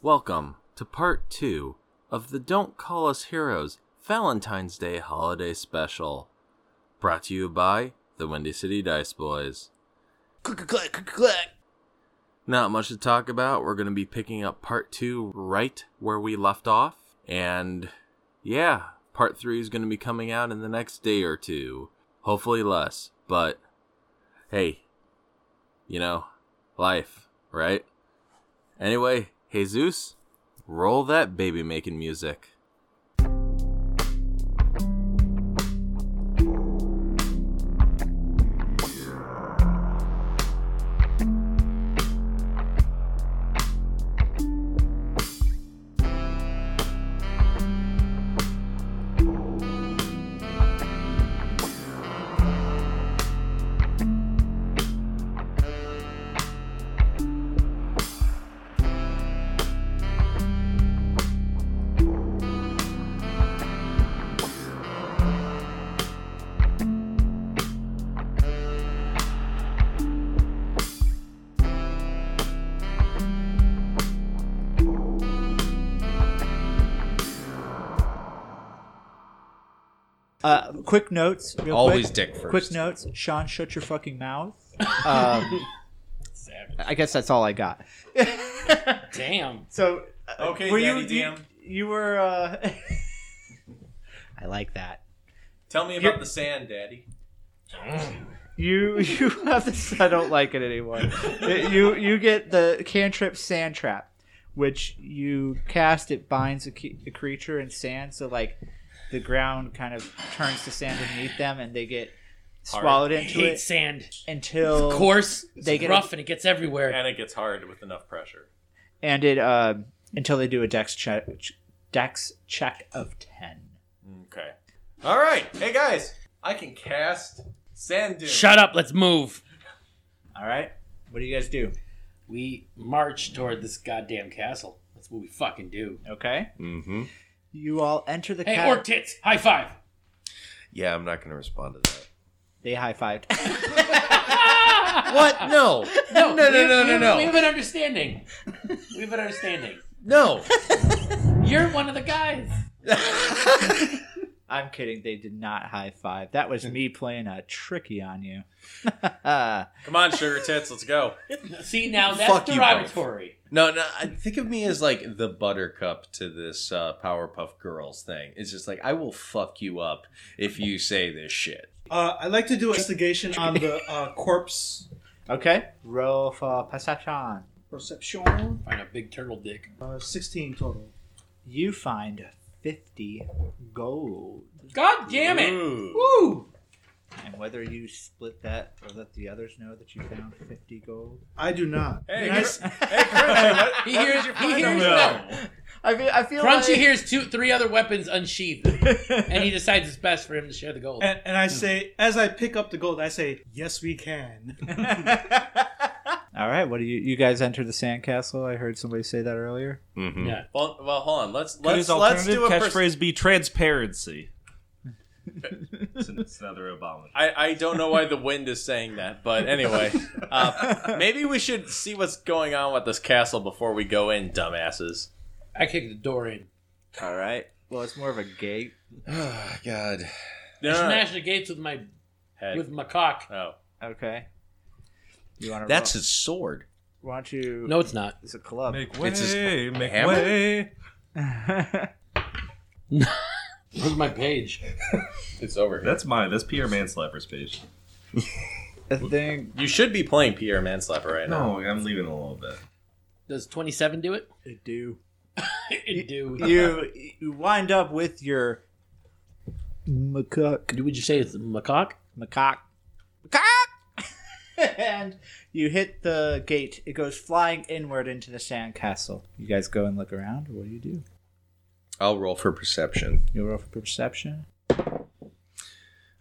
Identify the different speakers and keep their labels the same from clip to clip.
Speaker 1: Welcome to part two of the Don't Call Us Heroes Valentine's Day Holiday Special. Brought to you by the Windy City Dice Boys.
Speaker 2: Click, click, click, click.
Speaker 1: Not much to talk about. We're going to be picking up part two right where we left off. And yeah, part three is going to be coming out in the next day or two. Hopefully less, but hey, you know, life, right? Anyway, Jesus, roll that baby making music.
Speaker 3: Uh, quick notes. Real
Speaker 4: Always
Speaker 3: quick.
Speaker 4: dick first.
Speaker 3: Quick notes. Sean, shut your fucking mouth. Um, I guess that's all I got.
Speaker 5: Damn.
Speaker 3: So, uh,
Speaker 4: Okay,
Speaker 3: were you,
Speaker 4: Daddy
Speaker 3: you
Speaker 4: DM.
Speaker 3: you were? Uh, I like that.
Speaker 4: Tell me about the sand, Daddy.
Speaker 3: You you have this. I don't like it anymore. you you get the cantrip sand trap, which you cast. It binds a, c- a creature in sand, so like the ground kind of turns to sand beneath them, and they get swallowed
Speaker 5: I
Speaker 3: into
Speaker 5: hate
Speaker 3: it
Speaker 5: sand.
Speaker 3: until
Speaker 5: Of course, it's
Speaker 3: They get
Speaker 5: rough and it gets everywhere.
Speaker 4: And it gets hard with enough pressure.
Speaker 3: and it uh, until they do a dex check dex check of 10
Speaker 4: Okay. All right. Hey guys, I can cast sand dune.
Speaker 5: Shut up, let's move.
Speaker 3: all right what do you guys do
Speaker 5: We march toward this goddamn castle. That's what we fucking do.
Speaker 3: okay
Speaker 1: Mm-hmm.
Speaker 3: you all enter the
Speaker 5: Hey,
Speaker 3: ca-
Speaker 5: orc tits, high five.
Speaker 4: Yeah, I'm not going to respond to that.
Speaker 3: they high-fived
Speaker 4: What? No.
Speaker 5: No,
Speaker 4: no,
Speaker 5: we-
Speaker 4: no, no,
Speaker 5: we-
Speaker 4: no.
Speaker 5: We have an understanding. We have an understanding.
Speaker 4: No.
Speaker 5: You're one of the guys.
Speaker 3: i'm kidding they did not high-five that was me playing a tricky on you
Speaker 4: Come on, sugar tits, let's go.
Speaker 5: See, now that's
Speaker 4: Fuck you
Speaker 5: derogatory.
Speaker 4: No, no. I- Think of me as like the buttercup to this uh, Powerpuff Girls thing. It's just like I will fuck you up if you say this shit.
Speaker 6: Uh, I'd like to do investigation on the uh, corpse
Speaker 3: okay roll for perception
Speaker 6: perception.
Speaker 5: Find a big turtle dick.
Speaker 6: Uh, 16 total.
Speaker 3: you find 50 gold
Speaker 5: God damn it.
Speaker 4: Ooh.
Speaker 5: Woo.
Speaker 3: and whether you split that or let the others know that you found 50 gold
Speaker 6: I do not.
Speaker 4: Hey,
Speaker 6: Can I
Speaker 4: Chris-
Speaker 6: s-
Speaker 4: hey, Chris, what-
Speaker 5: He
Speaker 4: what
Speaker 5: hears.
Speaker 4: did you
Speaker 5: He
Speaker 4: find over
Speaker 5: hears.
Speaker 4: there?
Speaker 5: No.
Speaker 3: i feel, I feel
Speaker 5: Crunchy hears two, three other weapons unsheathed, and he decides it's best for him to share the gold.
Speaker 6: And, and I say, as I pick up the gold, I say, yes, we can.
Speaker 3: All right, what do you you guys enter the sandcastle? I heard somebody say that earlier.
Speaker 1: Mm-hmm.
Speaker 5: Yeah.
Speaker 4: Well, well, hold on. Let's
Speaker 7: Could
Speaker 4: let's
Speaker 7: his
Speaker 4: let's
Speaker 7: alternative
Speaker 4: do a pers-
Speaker 7: catchphrase be transparency? it's another Obama.
Speaker 4: I, I don't know why the wind is saying that, but anyway, uh, maybe we should see what's going on with this castle before we go in, dumbasses.
Speaker 5: I kick the door in.
Speaker 4: All right.
Speaker 3: Well, it's more of a gate.
Speaker 4: Oh, God.
Speaker 5: I smash the gates with my with my cock.
Speaker 4: Oh.
Speaker 3: Okay. You want to?
Speaker 4: That's his sword.
Speaker 3: Why don't you?
Speaker 5: No, it's not.
Speaker 3: it's a club.
Speaker 7: Make way,
Speaker 4: It's his
Speaker 7: make
Speaker 4: hammer?
Speaker 7: way.
Speaker 5: Where's my page?
Speaker 4: It's over here.
Speaker 7: That's mine. That's Pierre Manslapper's page.
Speaker 3: I think
Speaker 4: You should be playing Pierre Manslapper right now.
Speaker 7: No, I'm leaving a little bit.
Speaker 5: Does twenty-seven do it?
Speaker 3: it do.
Speaker 5: it do.
Speaker 3: You you wind up with your macaque,
Speaker 5: Would you say it's macaque?
Speaker 3: macaque, macaque, and you hit the gate. It goes flying inward into the sandcastle. You guys go and look around. What do you do?
Speaker 4: I'll roll for perception.
Speaker 3: You roll for perception.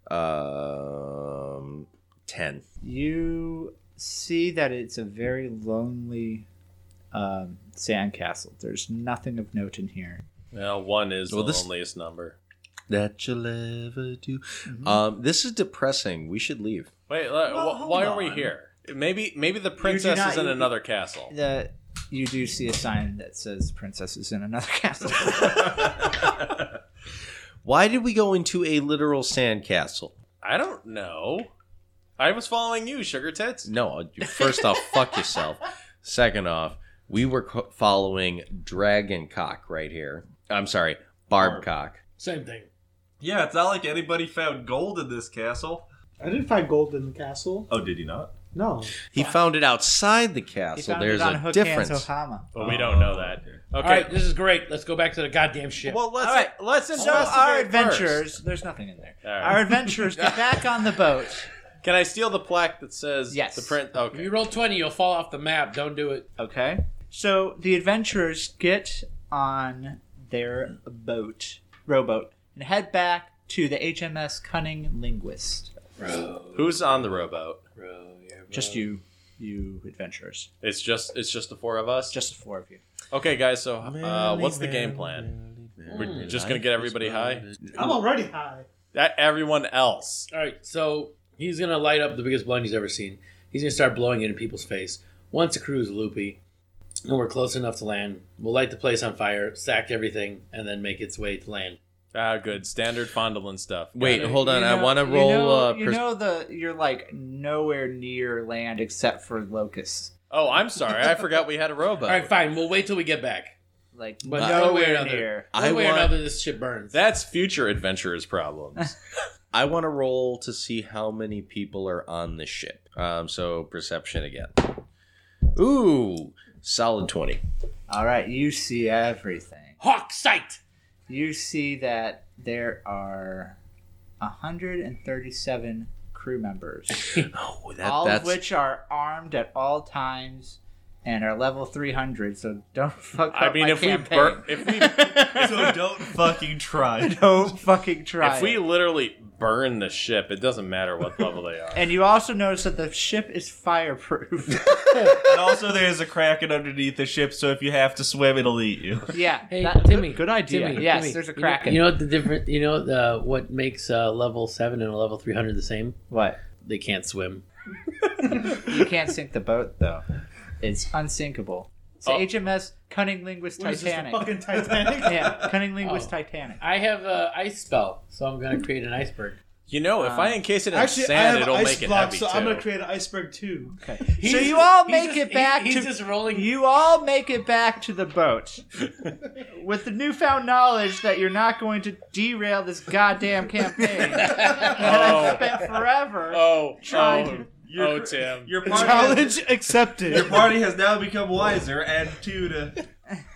Speaker 4: Um, 10.
Speaker 3: you see that it's a very lonely um, sandcastle. There's nothing of note in here.
Speaker 4: Well, one is
Speaker 7: Well,
Speaker 4: the
Speaker 7: this-
Speaker 4: loneliest number. That you'll ever do.
Speaker 3: Mm-hmm.
Speaker 4: Um, this is depressing. We should leave. Wait, look, wh- why are we here? Maybe maybe the princess
Speaker 3: not-
Speaker 4: is in
Speaker 3: you-
Speaker 4: another castle.
Speaker 3: The you do see a sign that says "Princess is in another castle."
Speaker 4: Why did we go into a literal sandcastle?
Speaker 1: I don't know. I was following you, sugar tits.
Speaker 4: No, uh, first off, fuck yourself. Second off, we were co- following Dragoncock right here. I'm sorry, Barbcock.
Speaker 5: Same thing.
Speaker 7: Yeah, it's not like anybody found gold in this castle.
Speaker 6: I didn't find gold in the castle.
Speaker 7: Oh, did he not?
Speaker 6: No.
Speaker 4: He found it outside the
Speaker 3: He
Speaker 4: castle.
Speaker 3: found
Speaker 4: There's
Speaker 3: it on
Speaker 4: a
Speaker 3: Hook Hands,
Speaker 4: difference.
Speaker 3: Ohama.
Speaker 8: But we don't know that. Okay.
Speaker 5: All right, this is great. Let's go back to the goddamn ship.
Speaker 4: Well, let's
Speaker 3: All right.
Speaker 4: let's
Speaker 3: So our adventurers, there's nothing in there.
Speaker 8: All right.
Speaker 3: Our adventurers get back on the boat.
Speaker 1: Can I steal the plaque that says
Speaker 3: Yes.
Speaker 1: the print?
Speaker 5: if
Speaker 1: Okay.
Speaker 5: you roll twenty, you'll fall off the map. Don't do it.
Speaker 3: Okay. So the adventurers get on their boat, rowboat, and head back to the HMS Cunning Linguist.
Speaker 1: Who's on the rowboat?
Speaker 3: Just you, you adventurers.
Speaker 1: It's just it's just the four of us.
Speaker 3: Just the four of you.
Speaker 1: Okay, guys. So uh, what's the game plan? We're just gonna get everybody high.
Speaker 6: I'm already high.
Speaker 1: That everyone else.
Speaker 5: All right, so he's gonna light up the biggest blunt he's ever seen. He's gonna start blowing it in people's face. Once the crew's loopy, and we're close enough to land, we'll light the place on fire, sack everything, and then make its way to land.
Speaker 1: Ah, good standard fondling stuff.
Speaker 4: Wait,
Speaker 5: Yeah.
Speaker 4: hold on.
Speaker 3: You
Speaker 4: I
Speaker 3: know-
Speaker 4: want to
Speaker 3: you
Speaker 4: roll.
Speaker 3: know-
Speaker 4: uh,
Speaker 3: you
Speaker 4: pers-
Speaker 3: know the you're like nowhere near land except for locusts.
Speaker 1: Oh, I'm sorry. I forgot we had a rowboat.
Speaker 5: All right, fine. We'll wait till we get back.
Speaker 3: Like
Speaker 5: But one way or
Speaker 3: nowhere
Speaker 5: another.
Speaker 3: near.
Speaker 5: One
Speaker 4: I
Speaker 5: way
Speaker 4: want-
Speaker 5: or another, this shit burns.
Speaker 1: That's future adventurers' problems.
Speaker 4: I want to roll to see how many people are on the ship. Um, so perception again. Ooh, solid twenty.
Speaker 3: All right, you see everything.
Speaker 5: Hawk sight.
Speaker 3: You see that there are 137 crew members,
Speaker 4: Oh, that,
Speaker 3: all
Speaker 4: that's
Speaker 3: of which are armed at all times and are level 300. So don't fuck up
Speaker 1: I mean,
Speaker 3: my
Speaker 1: if we
Speaker 3: campaign.
Speaker 1: bur- if we
Speaker 7: so don't fucking try.
Speaker 3: don't fucking try.
Speaker 1: if we
Speaker 3: it.
Speaker 1: literally burn the ship, it doesn't matter what level they are.
Speaker 3: And you also notice that the ship is fireproof.
Speaker 7: and also, there's a kraken underneath the ship, so if you have to swim, it'll eat you.
Speaker 3: yeah.
Speaker 5: Hey,
Speaker 3: that-
Speaker 5: Timmy.
Speaker 3: Good idea.
Speaker 5: Timmy,
Speaker 3: yes,
Speaker 5: Timmy,
Speaker 3: there's a
Speaker 5: you know-
Speaker 3: kraken.
Speaker 5: You know, what the different? You know uh, what makes uh, level seven and a level three hundred the same?
Speaker 3: what?
Speaker 5: They can't swim.
Speaker 3: You can't sink the boat, though. It's unsinkable. It's
Speaker 1: Oh.
Speaker 3: HMS Cunning Linguist
Speaker 6: What is this, the
Speaker 3: Titanic.
Speaker 6: fucking Titanic?
Speaker 3: yeah, Cunning Linguist
Speaker 5: Oh.
Speaker 3: Titanic.
Speaker 5: I have a ice spell, so I'm gonna create an iceberg.
Speaker 1: You know, if
Speaker 3: Uh,
Speaker 1: I encase it in
Speaker 6: Actually, I
Speaker 1: sand,
Speaker 6: have
Speaker 1: it'll
Speaker 6: ice
Speaker 1: make it
Speaker 6: block,
Speaker 1: heavy
Speaker 6: so
Speaker 1: too.
Speaker 6: I'm gonna create an iceberg too.
Speaker 3: So
Speaker 5: He's
Speaker 3: you
Speaker 5: just-
Speaker 3: all
Speaker 5: he's
Speaker 3: make
Speaker 5: just-
Speaker 3: it back
Speaker 5: he-
Speaker 3: to
Speaker 5: he's just rolling.
Speaker 3: You all make it back to the boat with the newfound knowledge that you're not going to derail this goddamn campaign that I've spent forever.
Speaker 1: oh, oh,
Speaker 3: Trying.
Speaker 1: oh, Tim.
Speaker 7: Your party,
Speaker 6: Challenge accepted.
Speaker 7: your party has now become wiser, and two to.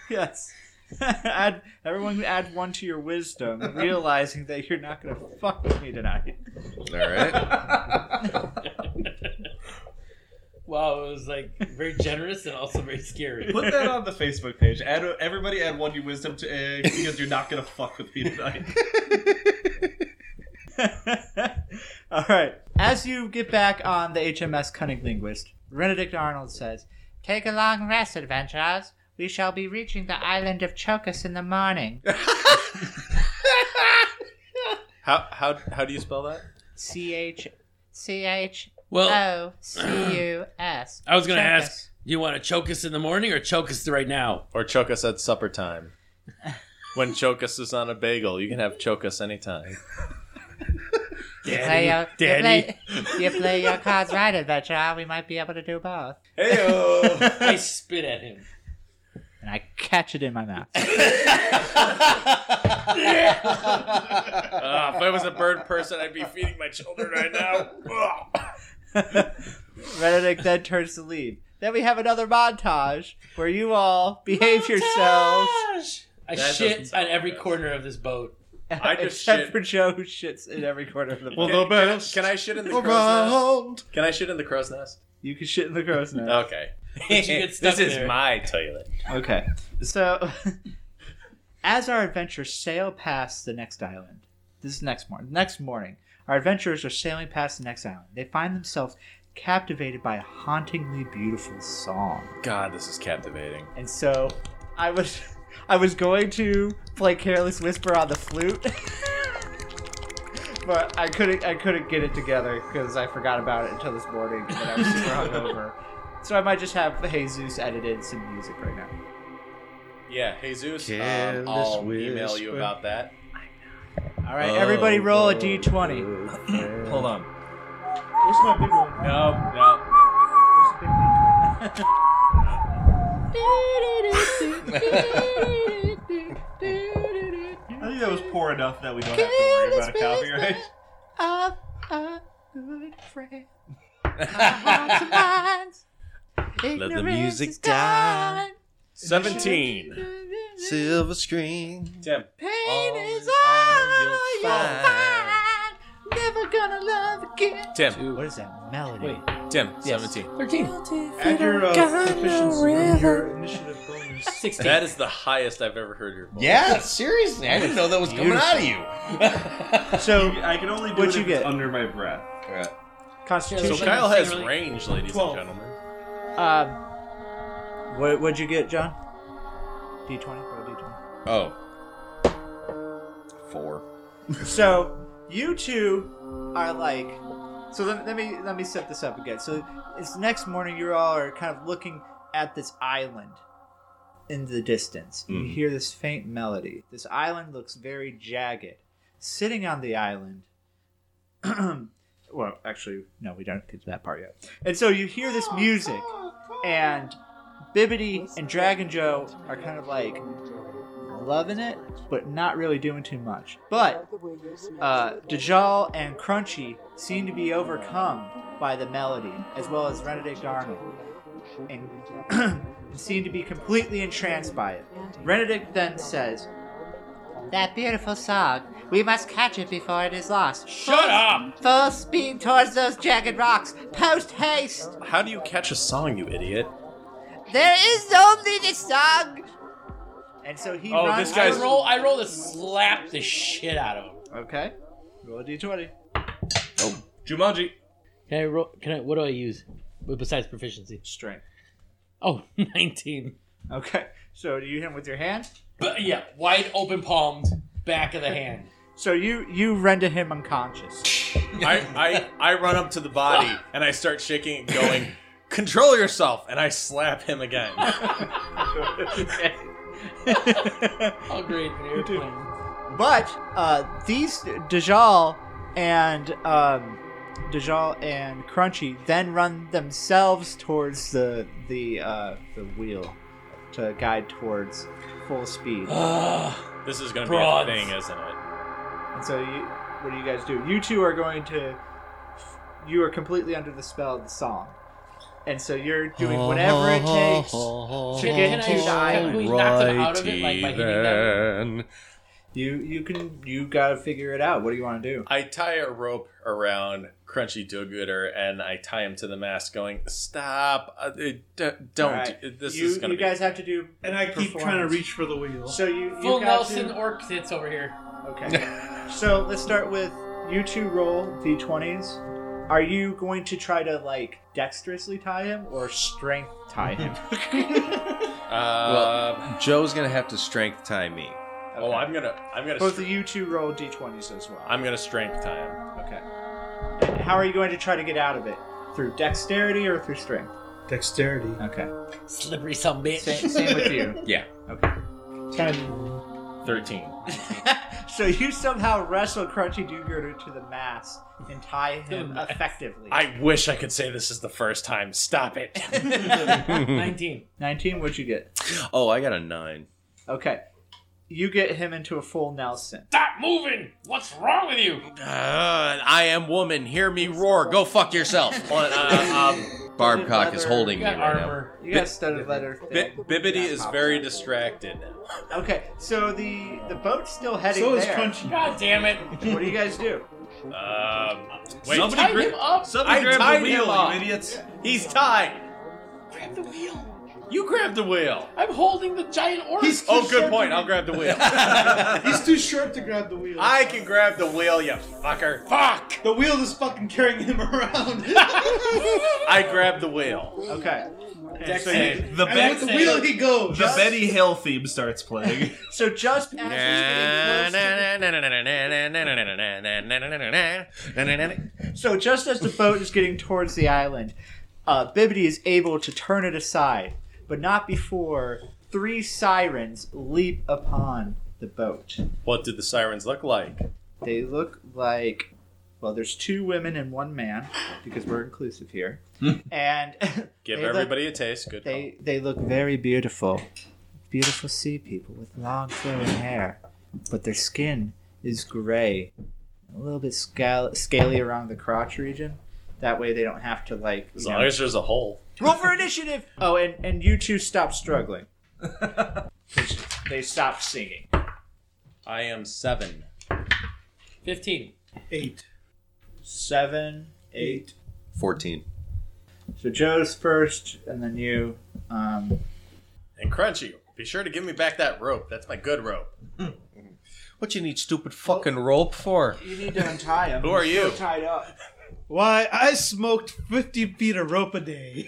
Speaker 3: Yes. add everyone add one to your wisdom, realizing that you're not gonna fuck with me tonight.
Speaker 4: all right.
Speaker 5: Wow, it was like very generous and also very scary.
Speaker 7: Put that on the Facebook page. Add everybody add one to your wisdom to uh, because you're not gonna fuck with me tonight.
Speaker 3: All right. As you get back on the HMS Cunning Linguist, Benedict Arnold says, Take a long rest, adventurers. We shall be reaching the island of Chocus in the morning.
Speaker 1: How how how do you spell that?
Speaker 3: C H C H
Speaker 5: Well,
Speaker 3: O C U S.
Speaker 5: I was gonna ask, do you want to choke us in the morning or choke us right now?
Speaker 1: Or Chokus at supper time. When Chokus is on a bagel, you can have Chokus anytime.
Speaker 5: Daddy,
Speaker 3: Play your,
Speaker 5: daddy.
Speaker 3: You, play, you play your cards right, adventurer. We might be able to do both.
Speaker 5: I spit at him.
Speaker 3: And I catch it in my mouth.
Speaker 1: Ah, if I was a bird person, I'd be feeding my children right now. Ugh.
Speaker 3: Benedict then turns to leave. Then we have another montage where you all behave yourselves.
Speaker 5: I
Speaker 1: That doesn't
Speaker 5: shit
Speaker 1: sound
Speaker 5: on every
Speaker 1: good.
Speaker 5: corner of this boat.
Speaker 1: I just
Speaker 3: Except
Speaker 1: shit.
Speaker 3: for Joe, who shits in every corner of the boat.
Speaker 1: Can- can, I- can I shit in
Speaker 7: Oh,
Speaker 1: the crow's nest? Can I shit in the crow's nest?
Speaker 3: You can shit in the crow's nest.
Speaker 1: Okay.
Speaker 5: But you get stuck
Speaker 1: this
Speaker 5: there.
Speaker 1: is my toilet.
Speaker 3: Okay. So, as our adventurers sail past the next island, this is next morning. Next morning, our adventurers are sailing past the next island. They find themselves captivated by a hauntingly beautiful song.
Speaker 1: God, this is captivating.
Speaker 3: And so, I was, I was going to play "Careless Whisper" on the flute, but I couldn't. I couldn't get it together because I forgot about it until this morning when I was super hungover. So I might just have Jesus edit in some music right now.
Speaker 1: Yeah, Jesus, um,
Speaker 4: Careless
Speaker 1: I'll email you
Speaker 4: whisper.
Speaker 1: about that.
Speaker 3: All right, everybody, roll a d20.
Speaker 4: d20.
Speaker 1: Hold on.
Speaker 6: Where's my big one?
Speaker 1: No, no.
Speaker 6: Where's the big D20?
Speaker 7: I think that was poor enough that we don't have to worry about a copyright.
Speaker 4: Let the music die.
Speaker 1: Seventeen.
Speaker 4: Silver screen.
Speaker 1: Tim.
Speaker 8: Pain is
Speaker 4: You'll
Speaker 8: all you'll
Speaker 4: find.
Speaker 8: find. Never gonna love again.
Speaker 1: Tim.
Speaker 3: What is that melody?
Speaker 5: Wait,
Speaker 1: Tim. Seventeen.
Speaker 6: Add your uh, proficiency and your initiative bonus.
Speaker 1: That is the highest I've ever heard your voice.
Speaker 4: Yeah, seriously. I didn't know that was coming out of you.
Speaker 3: So
Speaker 7: I can only do
Speaker 3: What'd
Speaker 7: it
Speaker 3: you
Speaker 7: if it's
Speaker 3: get?
Speaker 7: under my breath.
Speaker 1: So
Speaker 3: Constitution.
Speaker 1: Kyle has range, ladies
Speaker 6: Twelve.
Speaker 1: and gentlemen.
Speaker 3: Um, what what'd you get, John? D twenty, roll D twenty.
Speaker 4: oh. Four.
Speaker 3: So you two are like. So let, let me let me set this up again. So it's next morning. You all are kind of looking at this island in the distance. You hear this faint melody. This island looks very jagged. Sitting on the island. well, actually, no, we don't get to that part yet. And so you hear this music, and Bibbity and Dragon Joe are kind of like loving it, but not really doing too much. But uh, Dajal and Crunchy seem to be overcome by the melody, as well as Renedict Arnold, and seem to be completely entranced by it. Renedict then says, That beautiful song. We must catch it before it is lost. Shut up! Full speed towards those jagged rocks. Post haste!
Speaker 1: How do you catch a song, you idiot?
Speaker 8: There is only the song.
Speaker 3: And so he
Speaker 1: Oh,
Speaker 3: runs.
Speaker 1: this
Speaker 5: I
Speaker 1: guy's-
Speaker 5: roll. I roll to slap the shit out of him.
Speaker 3: Okay. Roll a d20.
Speaker 1: Jumanji.
Speaker 5: Can I roll? Can I? What do I use besides proficiency?
Speaker 3: Strength.
Speaker 5: Oh, 19.
Speaker 3: Okay. So do you hit him with your hand?
Speaker 5: But yeah, wide open palmed, back of the hand.
Speaker 3: So you you render him unconscious.
Speaker 1: I, I, I run up to the body and I start shaking and going, control yourself, and I slap him again.
Speaker 5: How great an airplane.
Speaker 3: But uh, these Dajal and um, Dajal and Crunchy then run themselves towards the the uh, the wheel to guide towards full speed.
Speaker 5: Ugh.
Speaker 1: This is going to be a
Speaker 5: Broads.
Speaker 1: thing, isn't it?
Speaker 3: And so you, what do you guys do? You two are going to you are completely under the spell of the song. And so you're doing whatever it takes.
Speaker 4: to
Speaker 3: get to the
Speaker 5: island. Can we knock them out of it, like, by hitting them?
Speaker 3: You you can you gotta figure it out. What do you want to do?
Speaker 1: I tie a rope around Crunchy Do Gooder and I tie him to the mast, going, "Stop! Uh, d- don't!
Speaker 3: All right.
Speaker 1: do- This
Speaker 3: you,
Speaker 1: is going to
Speaker 3: you
Speaker 1: be."
Speaker 3: guys have to do.
Speaker 6: And I keep trying to reach for the wheel.
Speaker 3: So you, you
Speaker 5: Full
Speaker 3: got
Speaker 5: Nelson
Speaker 3: To,
Speaker 5: orc sits over here.
Speaker 3: okay. so let's start with you two roll d20s. Are you going to try to like dexterously tie him or strength tie him?
Speaker 1: Uh,
Speaker 4: Joe's gonna have to strength tie me.
Speaker 1: Oh, I'm gonna, I'm gonna,
Speaker 3: Both
Speaker 1: str-
Speaker 3: of you two roll d20s as well.
Speaker 1: I'm gonna strength tie him.
Speaker 3: okay. And how are you going to try to get out of it? Through dexterity or through strength?
Speaker 6: Dexterity.
Speaker 3: Okay.
Speaker 5: Slippery some
Speaker 3: Same,
Speaker 5: bitch.
Speaker 3: same with you.
Speaker 4: Yeah.
Speaker 3: Okay. Ten.
Speaker 1: Thirteen.
Speaker 3: so you somehow wrestle Crunchy Doogerter to the mast and tie him effectively.
Speaker 1: I wish I could say this is the first time. Stop it.
Speaker 5: 19.
Speaker 3: 19, what'd you get?
Speaker 4: Oh, I got a nine.
Speaker 3: Okay. You get him into a full Nelson.
Speaker 5: Stop moving! What's wrong with you?
Speaker 4: Uh, I am woman. Hear me roar. Go fuck yourself.
Speaker 1: Well, uh, um,
Speaker 4: Barb cock is holding
Speaker 5: You
Speaker 4: me
Speaker 5: got
Speaker 4: right
Speaker 5: armor.
Speaker 3: You got a studded leather
Speaker 1: Bi-
Speaker 3: thing.
Speaker 1: Bibbity is very distracted.
Speaker 3: Okay, so the the boat's still heading
Speaker 6: So is
Speaker 3: there.
Speaker 6: Crunchy.
Speaker 5: God damn it.
Speaker 3: What do you guys do?
Speaker 1: Um, wait,
Speaker 7: Somebody
Speaker 5: Tie
Speaker 7: gra-
Speaker 5: him up.
Speaker 7: Somebody
Speaker 1: I
Speaker 7: grab
Speaker 1: tied
Speaker 7: the wheel,
Speaker 1: him up.
Speaker 7: you idiots!
Speaker 1: he's tied. Grab the wheel.
Speaker 5: I'm holding the giant orc.
Speaker 6: He's-
Speaker 1: Oh, good point. I'll grab the wheel.
Speaker 6: He's too short to grab the wheel.
Speaker 1: I can grab the wheel, you fucker. Fuck!
Speaker 6: The wheel is fucking carrying him around.
Speaker 1: I grabbed the wheel.
Speaker 3: Okay.
Speaker 7: And the,
Speaker 6: and with the wheel he goes.
Speaker 7: the Betty Hill theme starts playing.
Speaker 3: So just as he's getting close
Speaker 4: now.
Speaker 3: to the, so just as the boat is getting towards the island, uh, Bibbidi is able to turn it aside, but not before three sirens leap upon the boat.
Speaker 4: What did the sirens look like?
Speaker 3: They look like well, there's two women and one man because we're inclusive here, and
Speaker 4: Give
Speaker 3: they look-
Speaker 4: everybody a taste. Good. call.
Speaker 3: they they look very beautiful, beautiful sea people with long flowing hair, but their skin is gray, a little bit scal- scaly around the crotch region. That way they don't have to like you
Speaker 4: As
Speaker 3: know,
Speaker 4: long as there's a hole.
Speaker 3: Roll for initiative. Oh, and and you two stop struggling. they stop singing.
Speaker 4: I am seven.
Speaker 5: 15.
Speaker 6: Eight.
Speaker 3: Seven, eight.
Speaker 4: Fourteen.
Speaker 3: So Joe's first, and then you. Um,
Speaker 4: And Crunchy, be sure to give me back that rope. That's my good rope. what you need stupid fucking rope for?
Speaker 3: you need to untie him.
Speaker 4: Who are you?
Speaker 3: Tied up.
Speaker 6: Why, I smoked 50 feet of rope a day.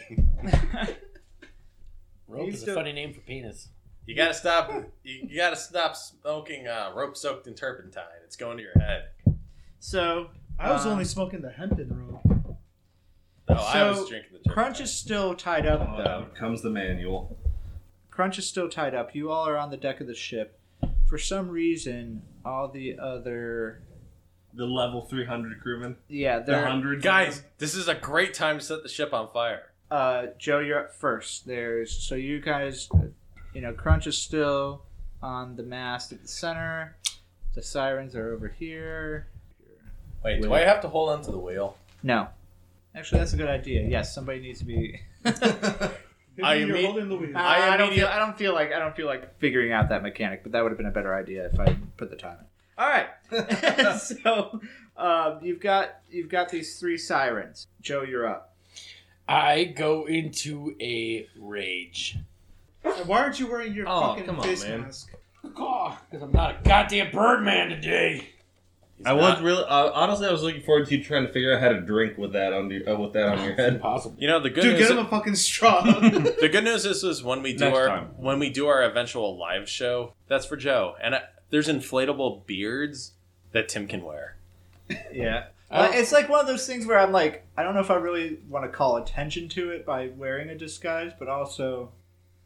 Speaker 5: Rope is a funny name for penis.
Speaker 4: You gotta stop. You, you gotta stop smoking uh, rope soaked in turpentine. It's going to your head.
Speaker 3: So
Speaker 6: I was
Speaker 3: Um,
Speaker 6: only smoking the hempen rope.
Speaker 4: No, I
Speaker 3: So,
Speaker 4: was drinking the turpentine.
Speaker 3: Crunch is still tied up
Speaker 7: Oh,
Speaker 3: though.
Speaker 7: out comes the manual.
Speaker 3: Crunch is still tied up. You all are on the deck of the ship. For some reason, all the other
Speaker 7: The level 300 crewman.
Speaker 3: yeah,
Speaker 7: The
Speaker 3: they're
Speaker 7: 100.
Speaker 4: Guys, this is a great time to set the ship on fire.
Speaker 3: uh, Joe, you're up first. There's so you guys, you know, Crunch is still on the mast at the center. The sirens are over here.
Speaker 4: Wait, do
Speaker 3: Wait.
Speaker 4: I have to hold onto the wheel?
Speaker 3: No, actually, that's a good idea. Yes, somebody needs to be.
Speaker 6: Maybe
Speaker 4: I
Speaker 6: you're
Speaker 4: mean-
Speaker 6: holding the wheel.
Speaker 3: I, don't
Speaker 4: immediate-
Speaker 3: feel. I don't feel like. I don't feel like figuring out that mechanic. But that would have been a better idea if I put the time in. All right. so um, you've got you've got these three sirens. Joe, you're up.
Speaker 5: I go into a rage.
Speaker 6: And why aren't you wearing your
Speaker 4: Oh,
Speaker 6: fucking
Speaker 4: come on,
Speaker 6: face
Speaker 4: man.
Speaker 6: mask?
Speaker 5: Because I'm not a goddamn Birdman today.
Speaker 7: I
Speaker 4: not-
Speaker 7: was really uh, honestly. I was looking forward to you trying to figure out how to drink with that on your, uh, with that on your head.
Speaker 5: Impossible.
Speaker 4: You know the good
Speaker 6: Dude,
Speaker 4: news.
Speaker 6: get him a fucking straw.
Speaker 4: the good news is, is when we do
Speaker 7: Next
Speaker 4: our
Speaker 7: time.
Speaker 4: when we do our eventual live show, that's for Joe. And I, there's inflatable beards that Tim can wear.
Speaker 3: Yeah.
Speaker 5: I
Speaker 3: Uh,
Speaker 5: don't-
Speaker 3: it's like one of those things where I'm like, I don't know if I really want to call attention to it by wearing a disguise, but also,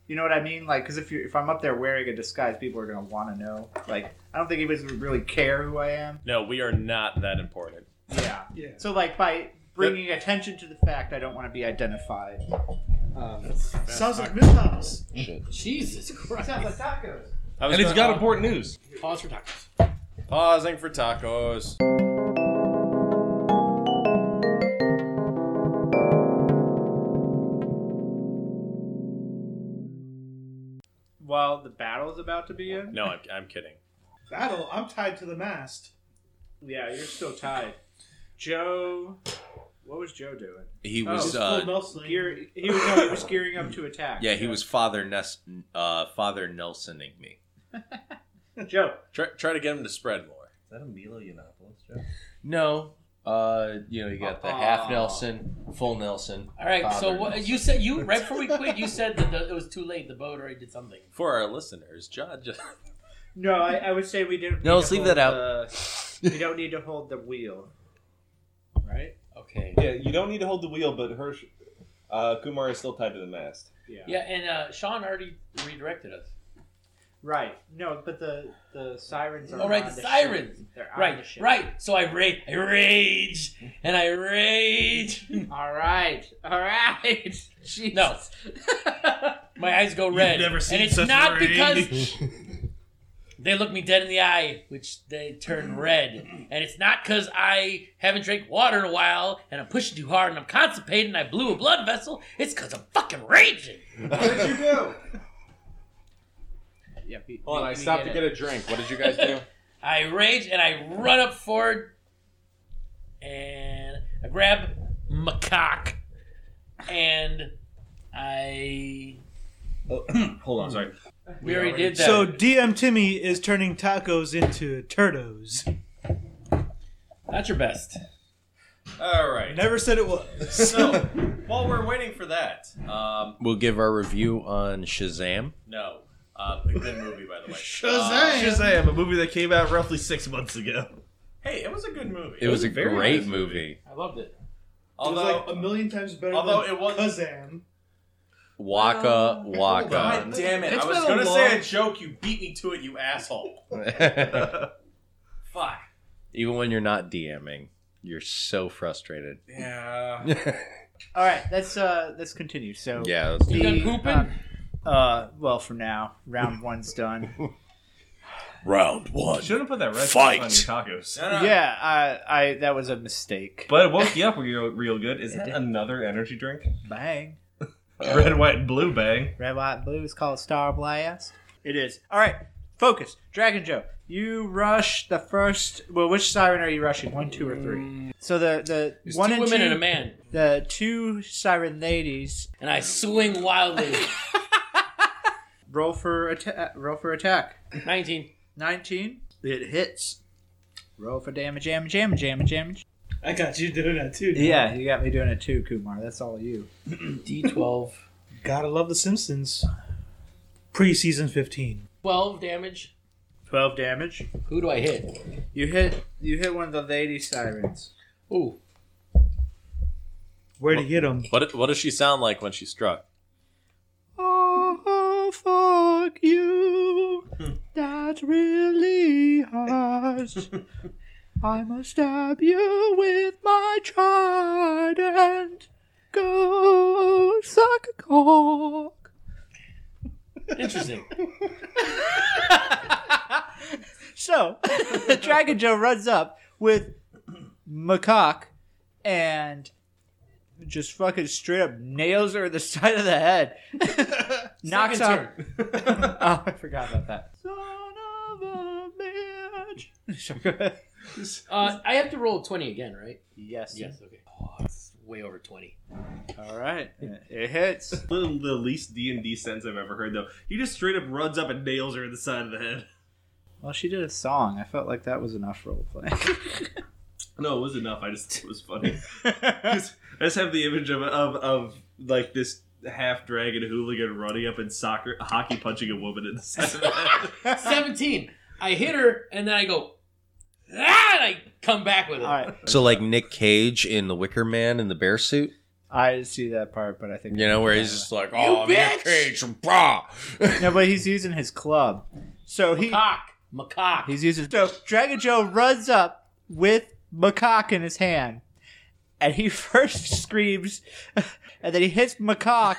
Speaker 3: you know what I mean? Like, because if you if I'm up there wearing a disguise, people are gonna want to know. Like, I don't think anybody's gonna really care who I am.
Speaker 4: No, we are not that important.
Speaker 3: Yeah.
Speaker 6: yeah.
Speaker 3: So like by bringing attention to the fact I don't want to be identified. Um,
Speaker 6: Sounds like Milhouse.
Speaker 5: Jesus Christ.
Speaker 3: tacos.
Speaker 4: I was
Speaker 7: And it's
Speaker 4: gonna-
Speaker 7: got important news.
Speaker 5: Pause for tacos.
Speaker 4: pausing for tacos.
Speaker 3: While the battle's about to begin.
Speaker 4: No, I'm, I'm kidding.
Speaker 6: Battle, I'm tied to the mast.
Speaker 3: Yeah, you're still tied. Joe, what was Joe doing?
Speaker 4: He uh,
Speaker 3: Oh. was,
Speaker 6: Just full Nelson.
Speaker 3: Gear, he was no, he was gearing up to attack.
Speaker 4: Father Ness, uh, Father Nelsoning me.
Speaker 3: Joe.
Speaker 4: Try, try to get him to spread more.
Speaker 7: Is that a Milo Yiannopoulos joke?
Speaker 4: No, uh, you know you got the
Speaker 3: Aw.
Speaker 4: half Nelson, full Nelson.
Speaker 5: All right, so
Speaker 4: Father
Speaker 5: what you said you right before we quit, you said that the, it was too late. The boat already did something.
Speaker 4: For our listeners, John just
Speaker 3: No, I, I would say we didn't.
Speaker 4: No,
Speaker 3: need
Speaker 4: let's
Speaker 3: to
Speaker 4: leave
Speaker 3: hold
Speaker 4: that out.
Speaker 3: the- we don't need to hold the wheel, right?
Speaker 5: Okay.
Speaker 7: Yeah, you don't need to hold the wheel, but Hirsch, uh, Kumar is still tied to the mast.
Speaker 5: Yeah, and uh, Sean already redirected us.
Speaker 3: Right. No, but the the sirens are.
Speaker 5: Oh, right,
Speaker 3: on
Speaker 5: the
Speaker 3: ship.
Speaker 5: sirens.
Speaker 3: They're on the
Speaker 5: Right,
Speaker 3: ship.
Speaker 5: right. So I rage, I rage, and I rage.
Speaker 3: All right. All right. Jesus.
Speaker 5: No. My eyes go red.
Speaker 6: never seen
Speaker 5: and it's
Speaker 6: such
Speaker 5: not
Speaker 6: rage.
Speaker 5: because they look me dead in the eye, which they turn red. And it's not because I haven't drank water in a while and I'm pushing too hard and I'm constipated and I blew a blood vessel. It's because I'm fucking raging.
Speaker 7: What'd you do?
Speaker 3: Yeah, we-
Speaker 4: Hold on, I
Speaker 5: we
Speaker 4: stopped
Speaker 5: get
Speaker 4: to get a drink. What did you guys do?
Speaker 5: I rage and I run up forward and I grab my cock and I.
Speaker 7: Hold on, sorry.
Speaker 5: We already did that.
Speaker 6: So DM Timmy is turning tacos into turtos.
Speaker 5: not your best.
Speaker 4: All right.
Speaker 6: Never said it was.
Speaker 4: So while we're waiting for that, um, we'll give our review on Shazam. No, um, a good movie by the way.
Speaker 6: Shazam!
Speaker 7: Shazam, a movie that came out roughly six months ago.
Speaker 4: Hey, it was a good movie.
Speaker 9: It was a
Speaker 7: Very
Speaker 9: great
Speaker 7: nice
Speaker 9: movie.
Speaker 5: I loved it.
Speaker 6: it
Speaker 4: Although
Speaker 6: was like a million times better
Speaker 4: although
Speaker 6: than
Speaker 4: it was-
Speaker 6: Kazam.
Speaker 4: Waka
Speaker 5: Oh
Speaker 6: God
Speaker 4: Waka.
Speaker 1: damn it!
Speaker 5: It's
Speaker 1: I was
Speaker 5: been a
Speaker 1: gonna say
Speaker 5: long-
Speaker 1: a joke. You beat me to it, you asshole. Fuck.
Speaker 4: Even when you're not DMing, you're so frustrated.
Speaker 7: Oh.
Speaker 1: Yeah.
Speaker 3: All right, let's uh let's continue. So
Speaker 4: yeah, let's do
Speaker 5: You
Speaker 4: it.
Speaker 5: done pooping?
Speaker 3: um, uh, well, for now, round one's done.
Speaker 4: round one.
Speaker 7: Shouldn't put that red
Speaker 4: Fight.
Speaker 7: sauce on your tacos.
Speaker 3: yeah, I I that was a mistake.
Speaker 7: But it woke you up real, real good. Is that another energy drink?
Speaker 3: Bang.
Speaker 7: Red, white, and blue, bang.
Speaker 3: Red, white, blue is called Star Blast. It is. All right, focus. Dragon Joe, you rush the first. Well, which siren are you rushing? One, two, or three? So the the
Speaker 5: There's
Speaker 3: one
Speaker 5: two
Speaker 3: and
Speaker 5: women
Speaker 3: two,
Speaker 5: and a man,
Speaker 3: the two siren ladies
Speaker 5: and I swing wildly.
Speaker 3: roll for atta- roll for attack.
Speaker 5: 19.
Speaker 3: Nineteen. It hits. Roll for damage, damage, damage, damage, damage.
Speaker 6: I got you doing that too. dude.
Speaker 3: Yeah, you got me doing it too, Kumar. That's all you.
Speaker 5: D12.
Speaker 6: Gotta love The Simpsons. Pre season 15.
Speaker 5: 12 damage.
Speaker 3: Twelve damage.
Speaker 5: Who do I hit?
Speaker 3: You hit you hit one of the lady sirens.
Speaker 5: Ooh.
Speaker 6: Where'd he hit him?
Speaker 1: What What does she sound like when she's struck?
Speaker 3: Oh fuck you! That's really harsh. I must stab you with my trident. Go suck a cock.
Speaker 5: Interesting.
Speaker 3: So, Dragon Joe runs up with Macaque and just fucking straight up nails her in the side of the head. Knocks
Speaker 5: Second
Speaker 3: out.
Speaker 5: turn.
Speaker 3: Oh, I forgot about that. Son of a bitch. So go ahead.
Speaker 5: Uh, I have to roll 20 again, right?
Speaker 3: Yes.
Speaker 5: Yes, okay. Oh, it's way over 20.
Speaker 3: All right. It hits.
Speaker 7: The, the least D and D sentence I've ever heard, though. He just straight up runs up and nails her in the side of the head.
Speaker 3: Well, she did a song. I felt like that was enough role play.
Speaker 7: No, it was enough. I just it was funny. 'Cause I just have the image of of, of like this half dragon hooligan running up and soccer hockey punching a woman in the side of the head.
Speaker 5: 17. I hit her, and then I go, ah, and I come back with it.
Speaker 3: All right.
Speaker 4: So like Nick Cage in The Wicker Man in the bear suit,
Speaker 3: I didn't see that part, but I think
Speaker 4: you know, where he's just like,
Speaker 5: You
Speaker 4: "Oh, I'm Nick
Speaker 5: bitch!"
Speaker 4: Cage, brah."
Speaker 3: No, but he's using his club. So he
Speaker 5: Cock. Macaque.
Speaker 3: he's using. So Dragon Joe runs up with macaque in his hand, and he first screams, and then he hits macaque,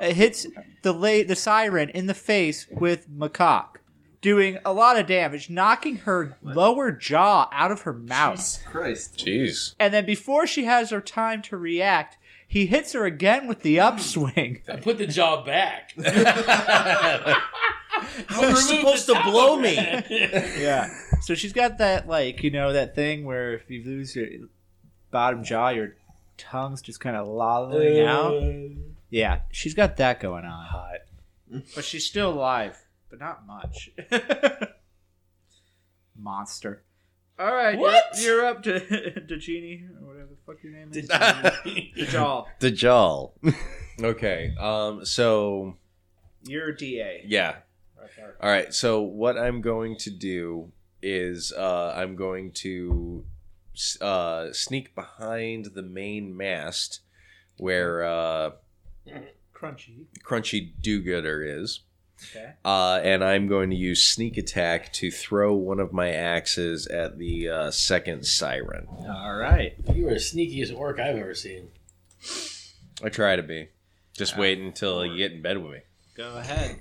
Speaker 3: uh, hits the la- the siren in the face with macaque, doing a lot of damage, knocking her lower jaw out of her mouth.
Speaker 7: Christ.
Speaker 4: Jeez,
Speaker 3: And then before she has her time to react, he hits her again with the upswing.
Speaker 5: I put the jaw back.
Speaker 4: you're supposed to blow me.
Speaker 3: yeah. So she's got that like, you know, that thing where if you lose your bottom jaw, your tongue's just kind of lolling out. Yeah, she's got that going on. Hot. But she's still alive, but not much. Monster. All right,
Speaker 5: What?
Speaker 3: You're, you're up to to Genie or whatever the fuck your name is. Dajal.
Speaker 4: the jaw. okay, um, so
Speaker 3: You're a DA.
Speaker 4: yeah, all right. So what I'm going to do is uh, I'm going to s- uh, sneak behind the main mast where uh,
Speaker 6: Crunchy.
Speaker 4: Crunchy Do Gooder is.
Speaker 3: Okay.
Speaker 4: Uh, and I'm going to use sneak attack to throw one of my axes at the uh, second siren.
Speaker 3: All right.
Speaker 5: You are the sneakiest orc I've ever seen.
Speaker 4: I try to be. Just wait until you get in bed with me.
Speaker 3: Go ahead.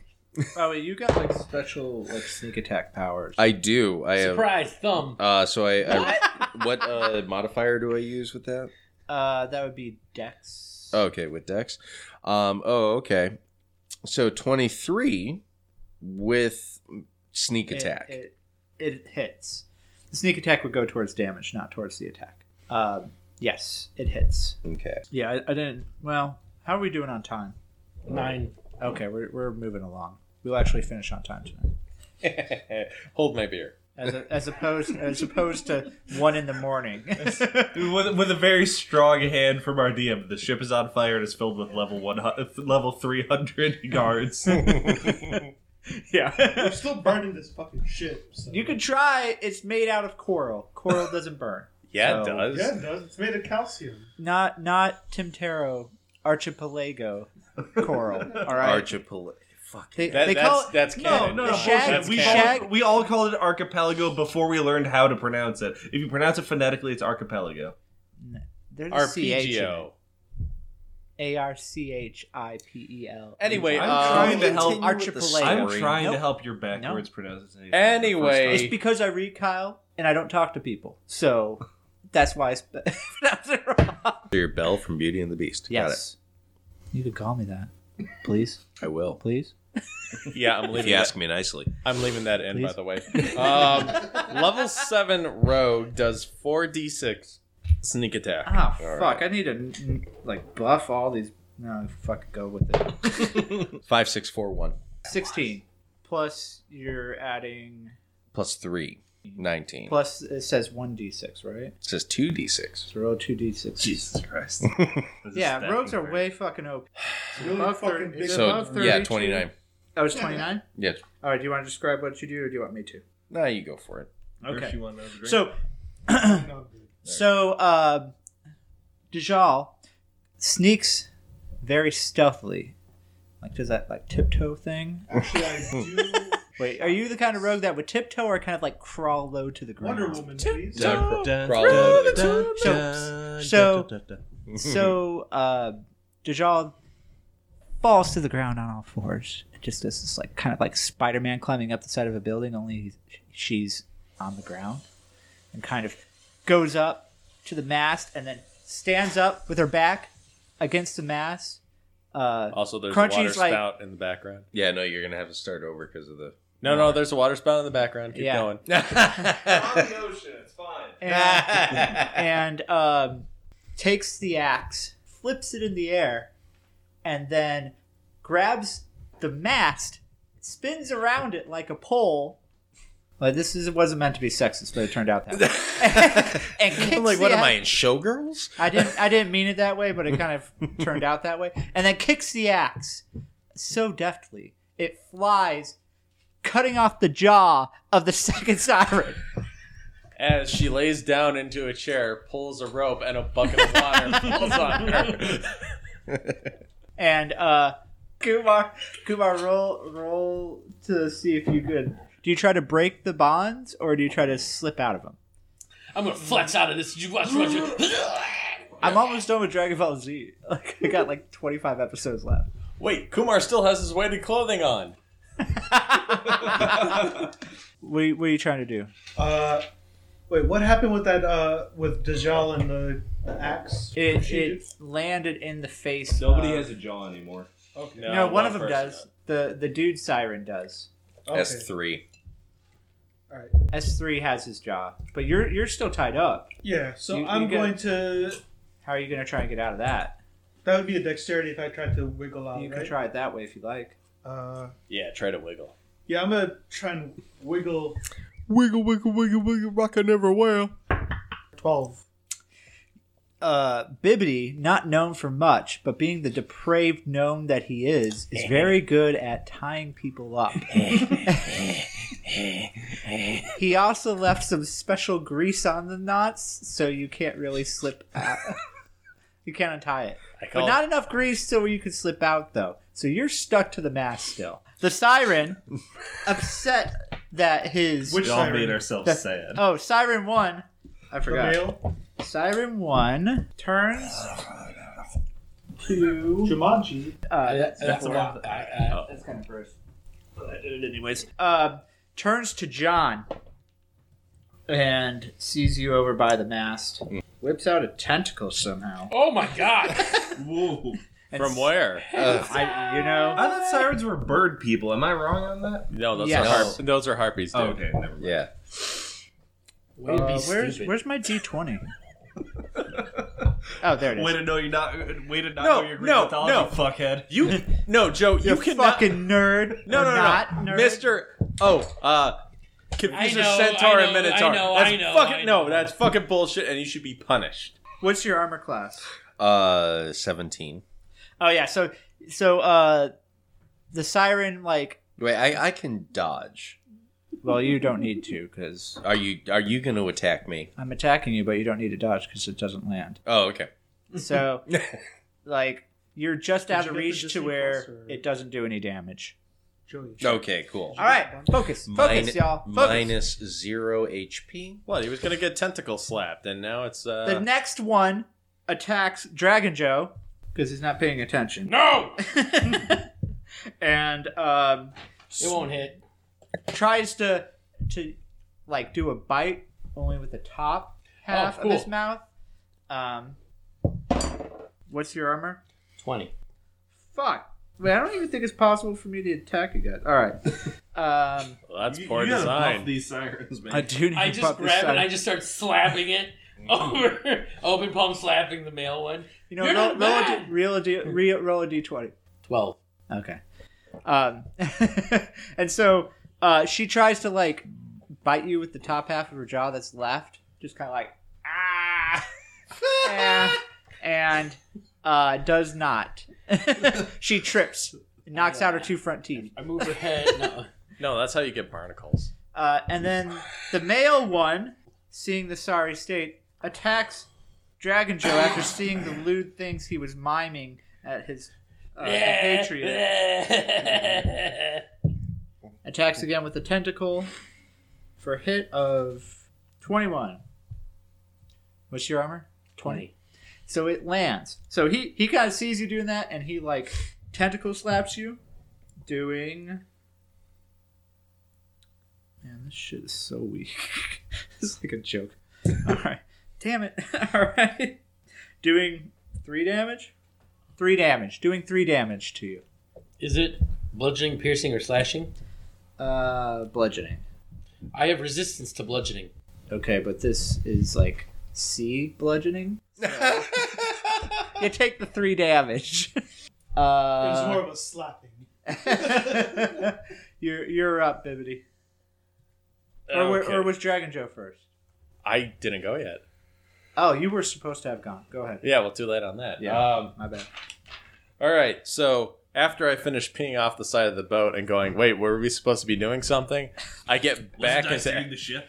Speaker 3: Oh, wait, you got like special like sneak attack powers.
Speaker 4: I do. I have.
Speaker 5: Surprise, thumb.
Speaker 4: Uh, so I. I what uh, modifier do I use with that?
Speaker 3: Uh, that would be Dex.
Speaker 4: Okay, with Dex. Um, oh, okay. So 23 with sneak
Speaker 3: It-
Speaker 4: attack.
Speaker 3: It, it, hits. The sneak attack would go towards damage, not towards the attack. Um, yes, it hits.
Speaker 4: okay.
Speaker 3: Yeah, I, I didn't. Well, how are we doing on time?
Speaker 5: Nine.
Speaker 3: Okay, we're, we're moving along. We'll actually finish on time tonight,
Speaker 4: Hold my beer.
Speaker 3: as, a, as opposed as opposed to one in the morning.
Speaker 7: With, with a very strong hand from our DM, the ship is on fire and is filled with level one level three hundred guards.
Speaker 3: yeah,
Speaker 6: We're still burning this fucking ship. So.
Speaker 3: you could try. It's made out of coral. Coral doesn't burn.
Speaker 4: Yeah, it
Speaker 7: Oh.
Speaker 4: does.
Speaker 6: Yeah, it does. It's made of calcium.
Speaker 3: Not not Timtero, archipelago coral. All right.
Speaker 4: Archipelago. Fuck.
Speaker 3: They-
Speaker 4: that,
Speaker 3: they
Speaker 4: that's
Speaker 3: call-
Speaker 4: that's canon.
Speaker 3: no, no.
Speaker 4: Shag-
Speaker 7: bullshit. we,
Speaker 3: shag-
Speaker 7: all, we all called it archipelago before we learned how to pronounce it. If you pronounce it phonetically, it's archipelago.
Speaker 3: There's a CH in it.
Speaker 4: Arpeggio.
Speaker 3: A R C H I P E L.
Speaker 4: Anyway,
Speaker 7: I'm
Speaker 4: uh,
Speaker 7: trying to help-
Speaker 4: continue with the
Speaker 3: Archipelago.
Speaker 7: I'm
Speaker 4: story.
Speaker 7: trying to
Speaker 3: Nope.
Speaker 7: help your backwards pronunciation.
Speaker 4: Anyway.
Speaker 3: It's because I read Kyle and I don't talk to people, so that's why I sp- pronounced it wrong.
Speaker 4: Your Belle from Beauty and the Beast.
Speaker 3: Yes, you could call me that, please,
Speaker 4: Got it. I will.
Speaker 3: please.
Speaker 4: Yeah, I'm leaving.
Speaker 9: you
Speaker 4: that-
Speaker 9: ask me nicely.
Speaker 4: I'm leaving that in, by
Speaker 3: Please.
Speaker 4: the way. Um, level seven rogue does four d6 sneak attack.
Speaker 3: Ah,
Speaker 4: All
Speaker 3: fuck!
Speaker 4: right.
Speaker 3: I need to like buff all these. No, fuck, go with it.
Speaker 4: Five, six, four, one
Speaker 3: Sixteen plus you're adding
Speaker 4: plus three. 19.
Speaker 3: plus it says one d six, right?
Speaker 4: It says 2d6.
Speaker 3: So roll two d six.
Speaker 7: Jesus Christ. This is
Speaker 3: Yeah,
Speaker 7: stacking
Speaker 3: rogues are
Speaker 7: crazy.
Speaker 3: way fucking OP.
Speaker 6: It's really
Speaker 3: Above
Speaker 6: fucking
Speaker 3: thirty.
Speaker 6: big.
Speaker 3: It's
Speaker 4: So,
Speaker 3: above
Speaker 4: yeah,
Speaker 3: 32.
Speaker 4: 29.
Speaker 3: I was twenty nine.
Speaker 4: Yeah.
Speaker 3: All right, do you want to describe what you do, or do you want me to?
Speaker 4: Now you go for it.
Speaker 7: Or if you want another drink.
Speaker 3: So
Speaker 6: No, dude.
Speaker 3: So, uh, Dajal sneaks very stealthily. Like, does that, like, tiptoe thing?
Speaker 6: Actually, I do.
Speaker 3: Wait, are you the kind of rogue that would tiptoe or kind of, like, crawl low to the ground?
Speaker 6: Wonder Woman, please.
Speaker 4: Dun,
Speaker 9: dun,
Speaker 4: crawl over the
Speaker 9: dun,
Speaker 3: So-
Speaker 9: dun,
Speaker 3: so-
Speaker 9: dun, dun, dun,
Speaker 3: So, uh, Dajal falls to the ground on all fours. It just does this, like, kind of like Spider Man climbing up the side of a building, only he's- she's on the ground and kind of goes up to the mast and then stands up with her back against the mast. Uh,
Speaker 9: Also, there's
Speaker 3: Crunchy's
Speaker 9: a water
Speaker 3: like-
Speaker 9: spout in the background.
Speaker 4: Yeah, no, you're going to have to start over because of the.
Speaker 9: No, no, there's a water spout in the background. Keep
Speaker 3: Yeah.
Speaker 9: going.
Speaker 7: on the ocean, it's fine.
Speaker 3: and, and um, takes the axe, flips it in the air, and then grabs the mast, spins around it like a pole. Well, this is, wasn't meant to be sexist, but it turned out that way. and kicks
Speaker 4: I'm like, what
Speaker 3: the
Speaker 4: am I
Speaker 3: axe-
Speaker 4: in Showgirls?
Speaker 3: I didn't. I didn't mean it that way, but it kind of turned out that way. And then kicks the axe so deftly it flies, cutting off the jaw of the second siren.
Speaker 9: As she lays down into a chair, pulls a rope, and a bucket of water falls on her.
Speaker 3: And uh Kumar Kumar roll roll to see if you could do you try to break the bonds or do you try to slip out of them?
Speaker 5: I'm gonna flex out of this. You watch, watch it.
Speaker 3: I'm almost done with Dragon Ball Z. Like I got like 25 episodes left.
Speaker 9: Wait, Kumar still has his weighted clothing on.
Speaker 3: What are you, what are you trying to do?
Speaker 6: Uh, wait, what happened with that? Uh, with Dajal and the, the axe?
Speaker 3: It
Speaker 6: She
Speaker 3: it landed in the face.
Speaker 7: Nobody
Speaker 3: of-
Speaker 7: has a jaw anymore.
Speaker 6: Okay.
Speaker 3: No, one, of them does. The the dude siren does.
Speaker 6: okay.
Speaker 4: S3.
Speaker 6: All right.
Speaker 3: S3 has his jaw, but you're you're still tied up.
Speaker 6: Yeah. So
Speaker 3: You- you
Speaker 6: I'm
Speaker 3: get-
Speaker 6: going to.
Speaker 3: How are you going to try and get out of that?
Speaker 6: That would be a dexterity if I tried to wiggle out.
Speaker 3: you
Speaker 6: right?
Speaker 3: can try it that way if you like.
Speaker 6: Uh,
Speaker 9: Yeah, try to wiggle.
Speaker 6: yeah, I'm gonna try and wiggle.
Speaker 4: Wiggle, wiggle, wiggle, wiggle, rock I never will.
Speaker 6: Twelve.
Speaker 3: uh, Bibbity, not known for much, but being the depraved gnome that he is, is very good at tying people up. he also left some special grease on the knots, so you can't really slip out. you can't untie it.
Speaker 9: I
Speaker 3: But
Speaker 9: call
Speaker 3: not enough grease so you can slip out, though. So you're stuck to the mast still. The siren, upset that his.
Speaker 6: Which
Speaker 7: We all made
Speaker 6: siren?
Speaker 7: ourselves sad.
Speaker 3: Oh, Siren 1. I
Speaker 6: The
Speaker 3: forgot.
Speaker 6: male.
Speaker 3: Siren one turns to
Speaker 6: Jumanji.
Speaker 3: uh,
Speaker 5: That's a lot. I- I-
Speaker 3: that's kind of gross. But anyways, uh, turns to John and sees you over by the mast. Whips out a tentacle somehow.
Speaker 5: Oh my god!
Speaker 7: Whoa.
Speaker 3: And
Speaker 9: From where?
Speaker 3: s- I, you know,
Speaker 7: I thought sirens were bird people. Am I wrong on that?
Speaker 9: No, those
Speaker 3: Yes.
Speaker 9: are harp- those are harpies. Dude.
Speaker 7: Oh, okay, never mind.
Speaker 4: Yeah.
Speaker 5: Way to be
Speaker 3: uh, where's
Speaker 5: stupid.
Speaker 3: where's my D twenty? oh, there it is.
Speaker 7: Way to know you're not. Way to not
Speaker 9: No,
Speaker 7: know your Greek
Speaker 9: no,
Speaker 7: mythology,
Speaker 9: no.
Speaker 7: fuckhead.
Speaker 9: You no, Joe. You,
Speaker 3: you
Speaker 9: can
Speaker 3: fucking nerd.
Speaker 9: no, no,
Speaker 3: or
Speaker 9: no,
Speaker 3: not
Speaker 9: no,
Speaker 3: nerd.
Speaker 9: Mister. Oh, uh,
Speaker 5: I
Speaker 9: Confucius
Speaker 5: know,
Speaker 9: Centaur
Speaker 5: I
Speaker 9: and
Speaker 5: know,
Speaker 9: Minotaur.
Speaker 5: I know,
Speaker 9: that's
Speaker 5: I know,
Speaker 9: fucking
Speaker 5: I know.
Speaker 9: no. That's fucking bullshit, and you should be punished.
Speaker 3: What's your armor class?
Speaker 4: Uh, 17.
Speaker 3: Oh yeah, so so uh, the siren like
Speaker 4: Wait, I, I can dodge.
Speaker 3: Well, you don't need to because
Speaker 10: Are you are you going to attack me?
Speaker 3: I'm attacking you, but you don't need to dodge because it doesn't land.
Speaker 10: Oh, okay.
Speaker 3: So, like, you're just out
Speaker 6: you
Speaker 3: of
Speaker 6: get the
Speaker 3: reach to
Speaker 6: Disney
Speaker 3: where
Speaker 6: Plus or-
Speaker 3: it doesn't do any damage.
Speaker 6: Joey.
Speaker 10: Okay, cool.
Speaker 3: All right, focus, focus,
Speaker 10: Min-
Speaker 3: y'all. Focus.
Speaker 10: Minus zero HP.
Speaker 4: Well, he was gonna get tentacle slapped, and now it's uh.
Speaker 3: the next one attacks Dragon Joe because he's not paying attention. No. and um,
Speaker 5: It won't hit.
Speaker 3: tries to to like do a bite only with the top half
Speaker 5: Oh, cool.
Speaker 3: of his mouth. Um, what's your armor?
Speaker 5: 20.
Speaker 3: Fuck. Wait, I don't even think it's possible for me to attack again. All right. Um,
Speaker 4: well, that's
Speaker 7: You-
Speaker 4: poor
Speaker 7: you gotta buff
Speaker 4: design.
Speaker 7: these sirens, man.
Speaker 3: I do need
Speaker 5: I
Speaker 3: to
Speaker 5: just
Speaker 3: pop this
Speaker 5: grab it.
Speaker 3: side.
Speaker 5: I just start slapping it over. Open palm slapping the male one.
Speaker 3: you know,
Speaker 5: You're
Speaker 3: roll,
Speaker 5: not
Speaker 3: roll, a
Speaker 5: bad.
Speaker 3: d, roll, a d, re, roll a d20.
Speaker 5: 12.
Speaker 3: Okay. Um, and so uh, she tries to like bite you with the top half of her jaw that's left, just kind of like ah, Eh. and uh, does not. she trips, knocks out her two front teeth,
Speaker 5: I move her head. No.
Speaker 4: No, that's how you get barnacles.
Speaker 3: uh, and then the male one, seeing the sorry state, attacks Dragon Joe after seeing the lewd things he was miming at his uh, compatriot. Attacks again with a tentacle for a hit of 21. What's your armor?
Speaker 5: 20.
Speaker 3: So it lands. So he, he kind of sees you doing that and he like tentacle slaps you, doing. Man, this shit is so weak. this is like a joke. Alright. Damn it. Alright. Doing three damage? Three damage. Doing three damage to you.
Speaker 5: Is it bludgeoning, piercing, or slashing?
Speaker 3: Uh, bludgeoning.
Speaker 5: I have resistance to bludgeoning.
Speaker 3: Okay, but this is like sea bludgeoning. you take the three damage.
Speaker 6: It was more
Speaker 3: Uh,
Speaker 6: of a slapping.
Speaker 3: you're you're up, Bibbity. Or, were-
Speaker 4: Okay.
Speaker 3: or was Dragon Joe first?
Speaker 4: I didn't go yet.
Speaker 3: Oh, you were supposed to have gone. Go ahead.
Speaker 4: Yeah, well, too late on that.
Speaker 3: Yeah.
Speaker 4: Um,
Speaker 3: My bad.
Speaker 4: all right. So after I finish peeing off the side of the boat and going, wait, were we supposed to be doing something? I get
Speaker 7: Wasn't
Speaker 4: back
Speaker 7: I
Speaker 4: into
Speaker 7: steering the ship?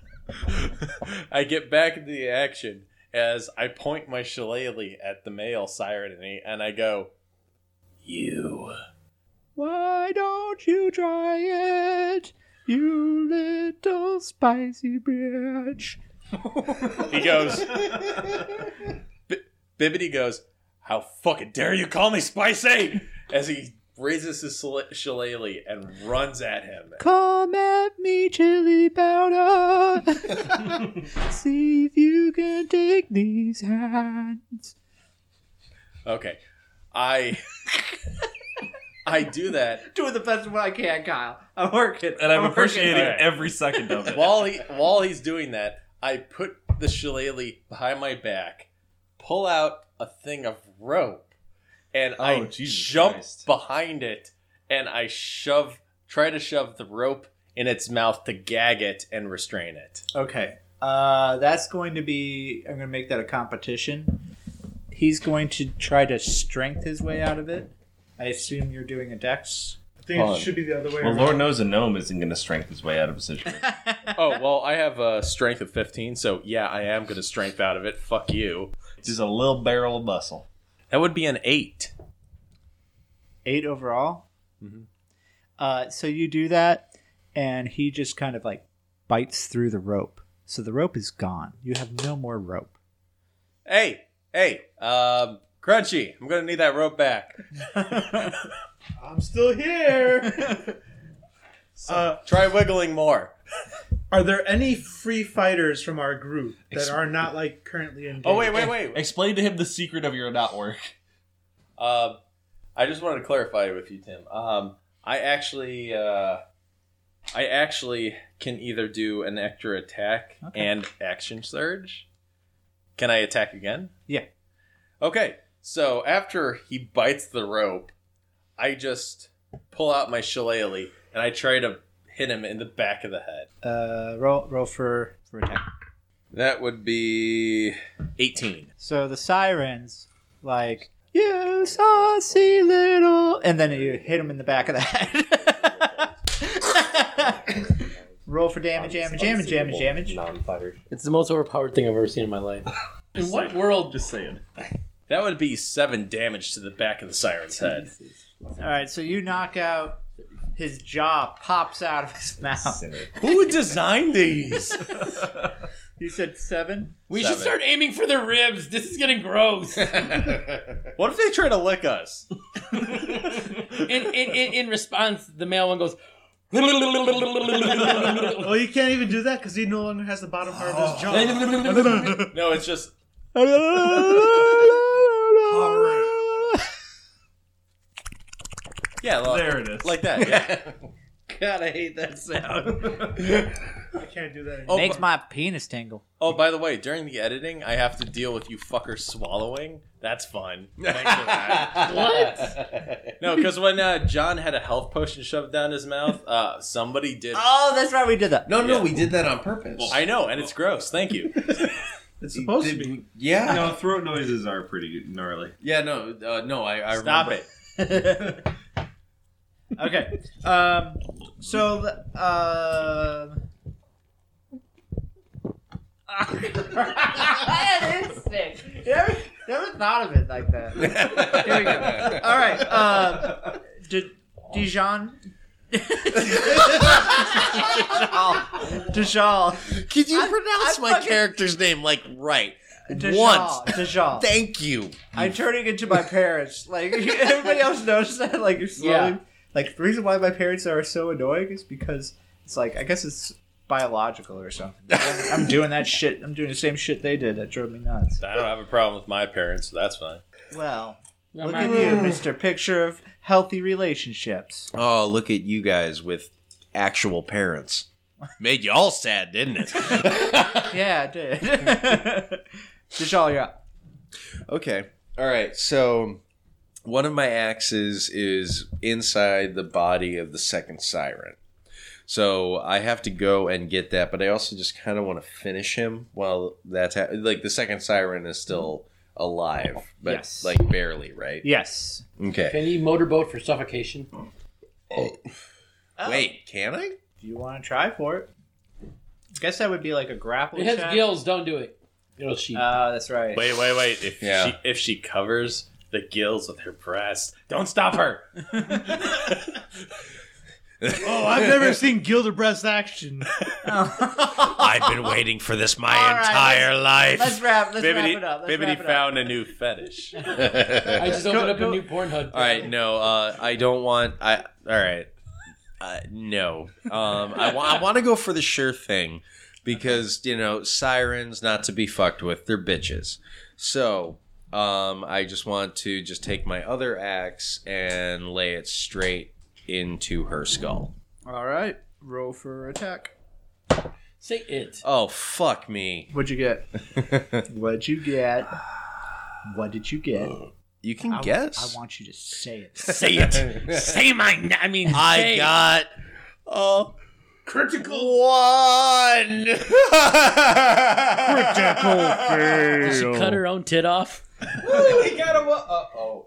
Speaker 4: I get back into the action as I point my shillelagh at the male siren and, he, and I go, You.
Speaker 3: Why don't you try it, you little spicy bitch?
Speaker 4: He goes, B- Bibbity goes, How fucking dare you call me spicy? As he raises his shille- shillelagh and runs at him.
Speaker 3: Come at me, chili powder. See if you can take these hands.
Speaker 4: Okay. I. I do that
Speaker 3: Doing the best of what I can, Kyle. I'm working.
Speaker 7: And I'm
Speaker 3: working.
Speaker 7: appreciating
Speaker 4: Alright.
Speaker 7: every second of it.
Speaker 4: while he while he's doing that, I put the shillelagh behind my back, pull out a thing of rope, and I
Speaker 7: Oh, Jesus
Speaker 4: jump
Speaker 7: Christ.
Speaker 4: behind it and I shove try to shove the rope in its mouth to gag it and restrain it.
Speaker 3: Okay. Uh, that's going to be. I'm going to make that a competition. He's going to try to strength his way out of it. I assume you're doing a dex.
Speaker 6: I think
Speaker 7: Fun.
Speaker 6: it should be the other way
Speaker 7: Well,
Speaker 6: around.
Speaker 7: Lord knows a gnome isn't going to strength his way out of a situation.
Speaker 4: oh well, I have a strength of fifteen, so yeah, I am gonna strength out of it. Fuck you.
Speaker 7: Just a little barrel of muscle.
Speaker 4: That would be an eight.
Speaker 3: Eight overall. Uh, so you do that, and he just kind of like bites through the rope. So the rope is gone. You have no more rope.
Speaker 4: Hey, hey, um, Crunchy, I'm gonna need that rope back.
Speaker 6: I'm still here. uh,
Speaker 4: Try wiggling more.
Speaker 6: are there any free fighters from our group that are not like currently in?
Speaker 4: Oh wait, wait, wait.
Speaker 7: Explain to him the secret of your not work.
Speaker 4: Um, I just wanted to clarify with you, Tim. Um, I actually, uh, I actually can either do an extra attack
Speaker 3: Okay.
Speaker 4: and action surge. Can I attack again?
Speaker 3: Yeah.
Speaker 4: Okay. So after he bites the rope, I just pull out my shillelagh and I try to hit him in the back of the head.
Speaker 3: Uh, roll roll for for attack.
Speaker 4: That would be eighteen.
Speaker 3: So the sirens like you saucy little, and then you hit him in the back of the head. for damage, damage, damage, damage, damage.
Speaker 9: Non-fired.
Speaker 5: It's the most overpowered thing I've ever seen in my life. In what world?
Speaker 7: Just saying.
Speaker 9: That would be seven damage to the back of the siren's head.
Speaker 3: All right, so you knock out. His jaw pops out of his mouth.
Speaker 9: Who designed these?
Speaker 3: You said seven.
Speaker 5: We
Speaker 9: Seven.
Speaker 5: should start aiming for the ribs. This is getting gross.
Speaker 9: What if they try to lick us?
Speaker 5: in, in, in, in response, the male one goes. and
Speaker 6: Well, you can't even do that because he no longer has the bottom part of his jaw.
Speaker 9: No, it's just yeah, like,
Speaker 6: There it is.
Speaker 9: like that. Yeah.
Speaker 5: God, I hate that sound.
Speaker 6: I can't do that. Anymore.
Speaker 9: Oh,
Speaker 3: Makes
Speaker 9: bu-
Speaker 3: my penis tingle.
Speaker 9: oh, by the way, during the editing, I have to deal with you fucker swallowing. That's fun. Thanks for that.
Speaker 5: What?
Speaker 9: No, because when uh, John had a health potion shoved down his mouth, uh, somebody did.
Speaker 3: Oh, that's right, we did that.
Speaker 4: No, no,
Speaker 9: Yeah.
Speaker 4: we did that on purpose.
Speaker 9: I know, and it's gross. Thank you.
Speaker 6: It's supposed to
Speaker 4: Did
Speaker 6: be.
Speaker 4: we- Yeah.
Speaker 7: No, throat noises are pretty gnarly.
Speaker 4: Yeah, no, uh, no, I, I
Speaker 9: Stop
Speaker 4: remember.
Speaker 9: it.
Speaker 3: Okay. Um. So. the- Um.
Speaker 8: that is sick.
Speaker 3: never, never thought of it like that. Here we go. All right. Um. D- Dijon. Dijal. Dijal.
Speaker 9: Could you
Speaker 3: I-
Speaker 9: pronounce
Speaker 3: I
Speaker 9: my
Speaker 3: fucking-
Speaker 9: character's name like right?
Speaker 3: Dijal.
Speaker 9: Once.
Speaker 3: Dijal.
Speaker 9: Thank you.
Speaker 3: I'm turning into my parents. Like everybody else knows that. Like you're slowly.
Speaker 5: Yeah.
Speaker 3: Like the reason why my parents are so annoying is because it's like I guess it's biological or something. I'm doing that shit. I'm doing the same shit they did that drove me nuts.
Speaker 9: I don't have a problem with my parents, so that's fine.
Speaker 3: Well, look at you, Mister Picture of Healthy Relationships.
Speaker 4: Oh, look at you guys with actual parents.
Speaker 9: Made y'all sad, didn't it?
Speaker 3: Yeah, I did. Just all your
Speaker 4: Okay. All right. So one of my axes is inside the body of the second siren. So I have to go and get that, but I also just kind of want to finish him while that's ha- like the second siren is still alive, but
Speaker 3: Yes.
Speaker 4: like barely, right?
Speaker 3: yes.
Speaker 4: Okay.
Speaker 5: Can you motorboat for suffocation?
Speaker 9: Oh.
Speaker 4: Wait, can I?
Speaker 3: If you want to try for it, I guess that would be like a grappling.
Speaker 5: It has
Speaker 3: check.
Speaker 5: gills. Don't do it. Uh, It'll sheep.
Speaker 3: Ah, that's right.
Speaker 9: Wait, wait, wait. If
Speaker 4: Yeah.
Speaker 9: she if she covers the gills with her breast, don't stop her.
Speaker 6: Oh, I've never seen Gilderbreast action.
Speaker 9: I've been waiting for this my
Speaker 3: All right, entire
Speaker 9: life.
Speaker 3: Oh, Let's wrap. Let's
Speaker 9: Bibbidi,
Speaker 3: wrap it up. Let's
Speaker 9: Bibbidi
Speaker 3: wrap it up.
Speaker 9: found a new fetish.
Speaker 5: I just opened up
Speaker 3: go-
Speaker 5: a new Pornhub.
Speaker 4: All right, no, uh, I don't want. I all right, uh, no. Um, I, wa- I want to go for the sure thing because you know sirens not to be fucked with. They're bitches. So um, I just want to just take my other axe and lay it straight into her skull.
Speaker 3: All right, roll for attack.
Speaker 5: Say it.
Speaker 4: Oh fuck me!
Speaker 3: What'd you get? What'd you get? What did you get?
Speaker 4: You can
Speaker 3: I,
Speaker 4: Oh. guess.
Speaker 3: I want you to say it.
Speaker 5: Say it. Say my. na- I mean,
Speaker 4: I
Speaker 5: say-
Speaker 4: got oh critical one.
Speaker 5: Did she cut her own tit off?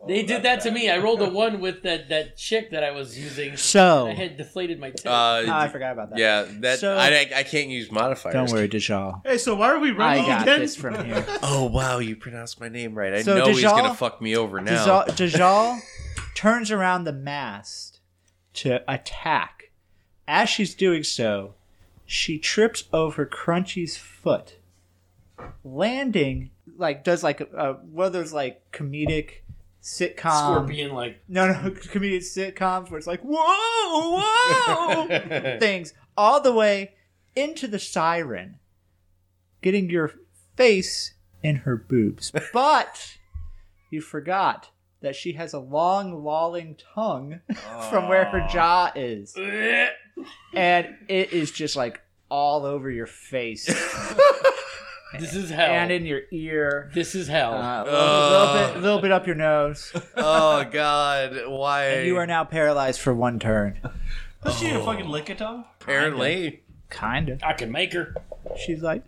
Speaker 5: They did that to me. I rolled a one with that that chick that I was using.
Speaker 3: So
Speaker 5: I had deflated my tit.
Speaker 4: Uh,
Speaker 3: I forgot about that.
Speaker 4: yeah, that
Speaker 3: Ah, So-
Speaker 4: I, I- I can't use modifiers.
Speaker 3: Don't worry, Dijal.
Speaker 6: hey, so why are we
Speaker 3: I
Speaker 6: running
Speaker 3: got
Speaker 6: again?
Speaker 3: this from here.
Speaker 4: Oh wow, you pronounced my name right. I
Speaker 3: So
Speaker 4: know he's
Speaker 3: Dijal-
Speaker 4: gonna fuck me over now.
Speaker 3: Dijal, Dijal turns around the mast to attack. As she's doing so, she trips over Crunchy's foot, landing like does like a, a one of those like comedic sitcom
Speaker 5: Scorpion, like
Speaker 3: No, no, comedic sitcoms where it's like, whoa, whoa, things all the way into the siren, getting your face in her boobs. But you forgot that she has a long, lolling tongue from where her jaw is. and it is just like all over your face
Speaker 5: this is hell.
Speaker 3: Um, and in your ear.
Speaker 5: this is hell.
Speaker 3: Uh, a
Speaker 4: Ugh.
Speaker 3: little bit, little bit up your nose.
Speaker 4: oh god, why?
Speaker 3: And you are now paralyzed for one turn.
Speaker 6: Does she even fucking lick a tongue?
Speaker 4: apparently.
Speaker 3: Kind of.
Speaker 5: I can make her.
Speaker 3: She's like,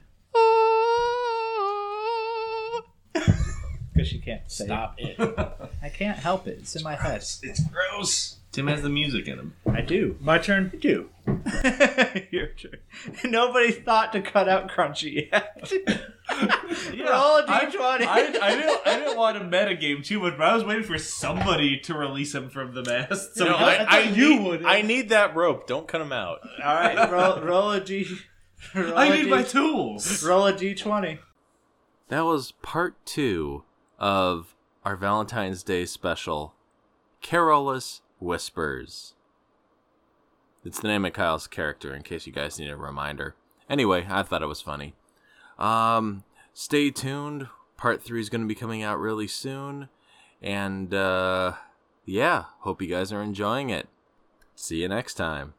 Speaker 3: because she can't say
Speaker 5: Stop it.
Speaker 3: It. I can't help it. It's in my head.
Speaker 7: It's gross. Tim has the music in him.
Speaker 3: I do.
Speaker 11: My turn.
Speaker 3: I do. Your turn. Nobody thought to cut out Crunchy yet. Roll a d20.
Speaker 7: I, I, didn't, I didn't want to metagame too much, but I was waiting for somebody to release him from the mast. So
Speaker 12: No,
Speaker 7: we-
Speaker 12: I, I,
Speaker 7: you
Speaker 12: need,
Speaker 7: would.
Speaker 12: I need that rope. Don't cut him out.
Speaker 3: All right, roll, roll a d. Roll
Speaker 7: I
Speaker 3: a
Speaker 7: need
Speaker 3: D-
Speaker 7: my tools.
Speaker 3: Roll a d20.
Speaker 4: That was part two of our Valentine's Day special, Carolus Whispers. It's the name of Kyle's character, in case you guys need a reminder. Anyway, I thought it was funny. Um, stay tuned. Part three is going to be coming out really soon. And, uh, yeah, hope you guys are enjoying it. See you next time.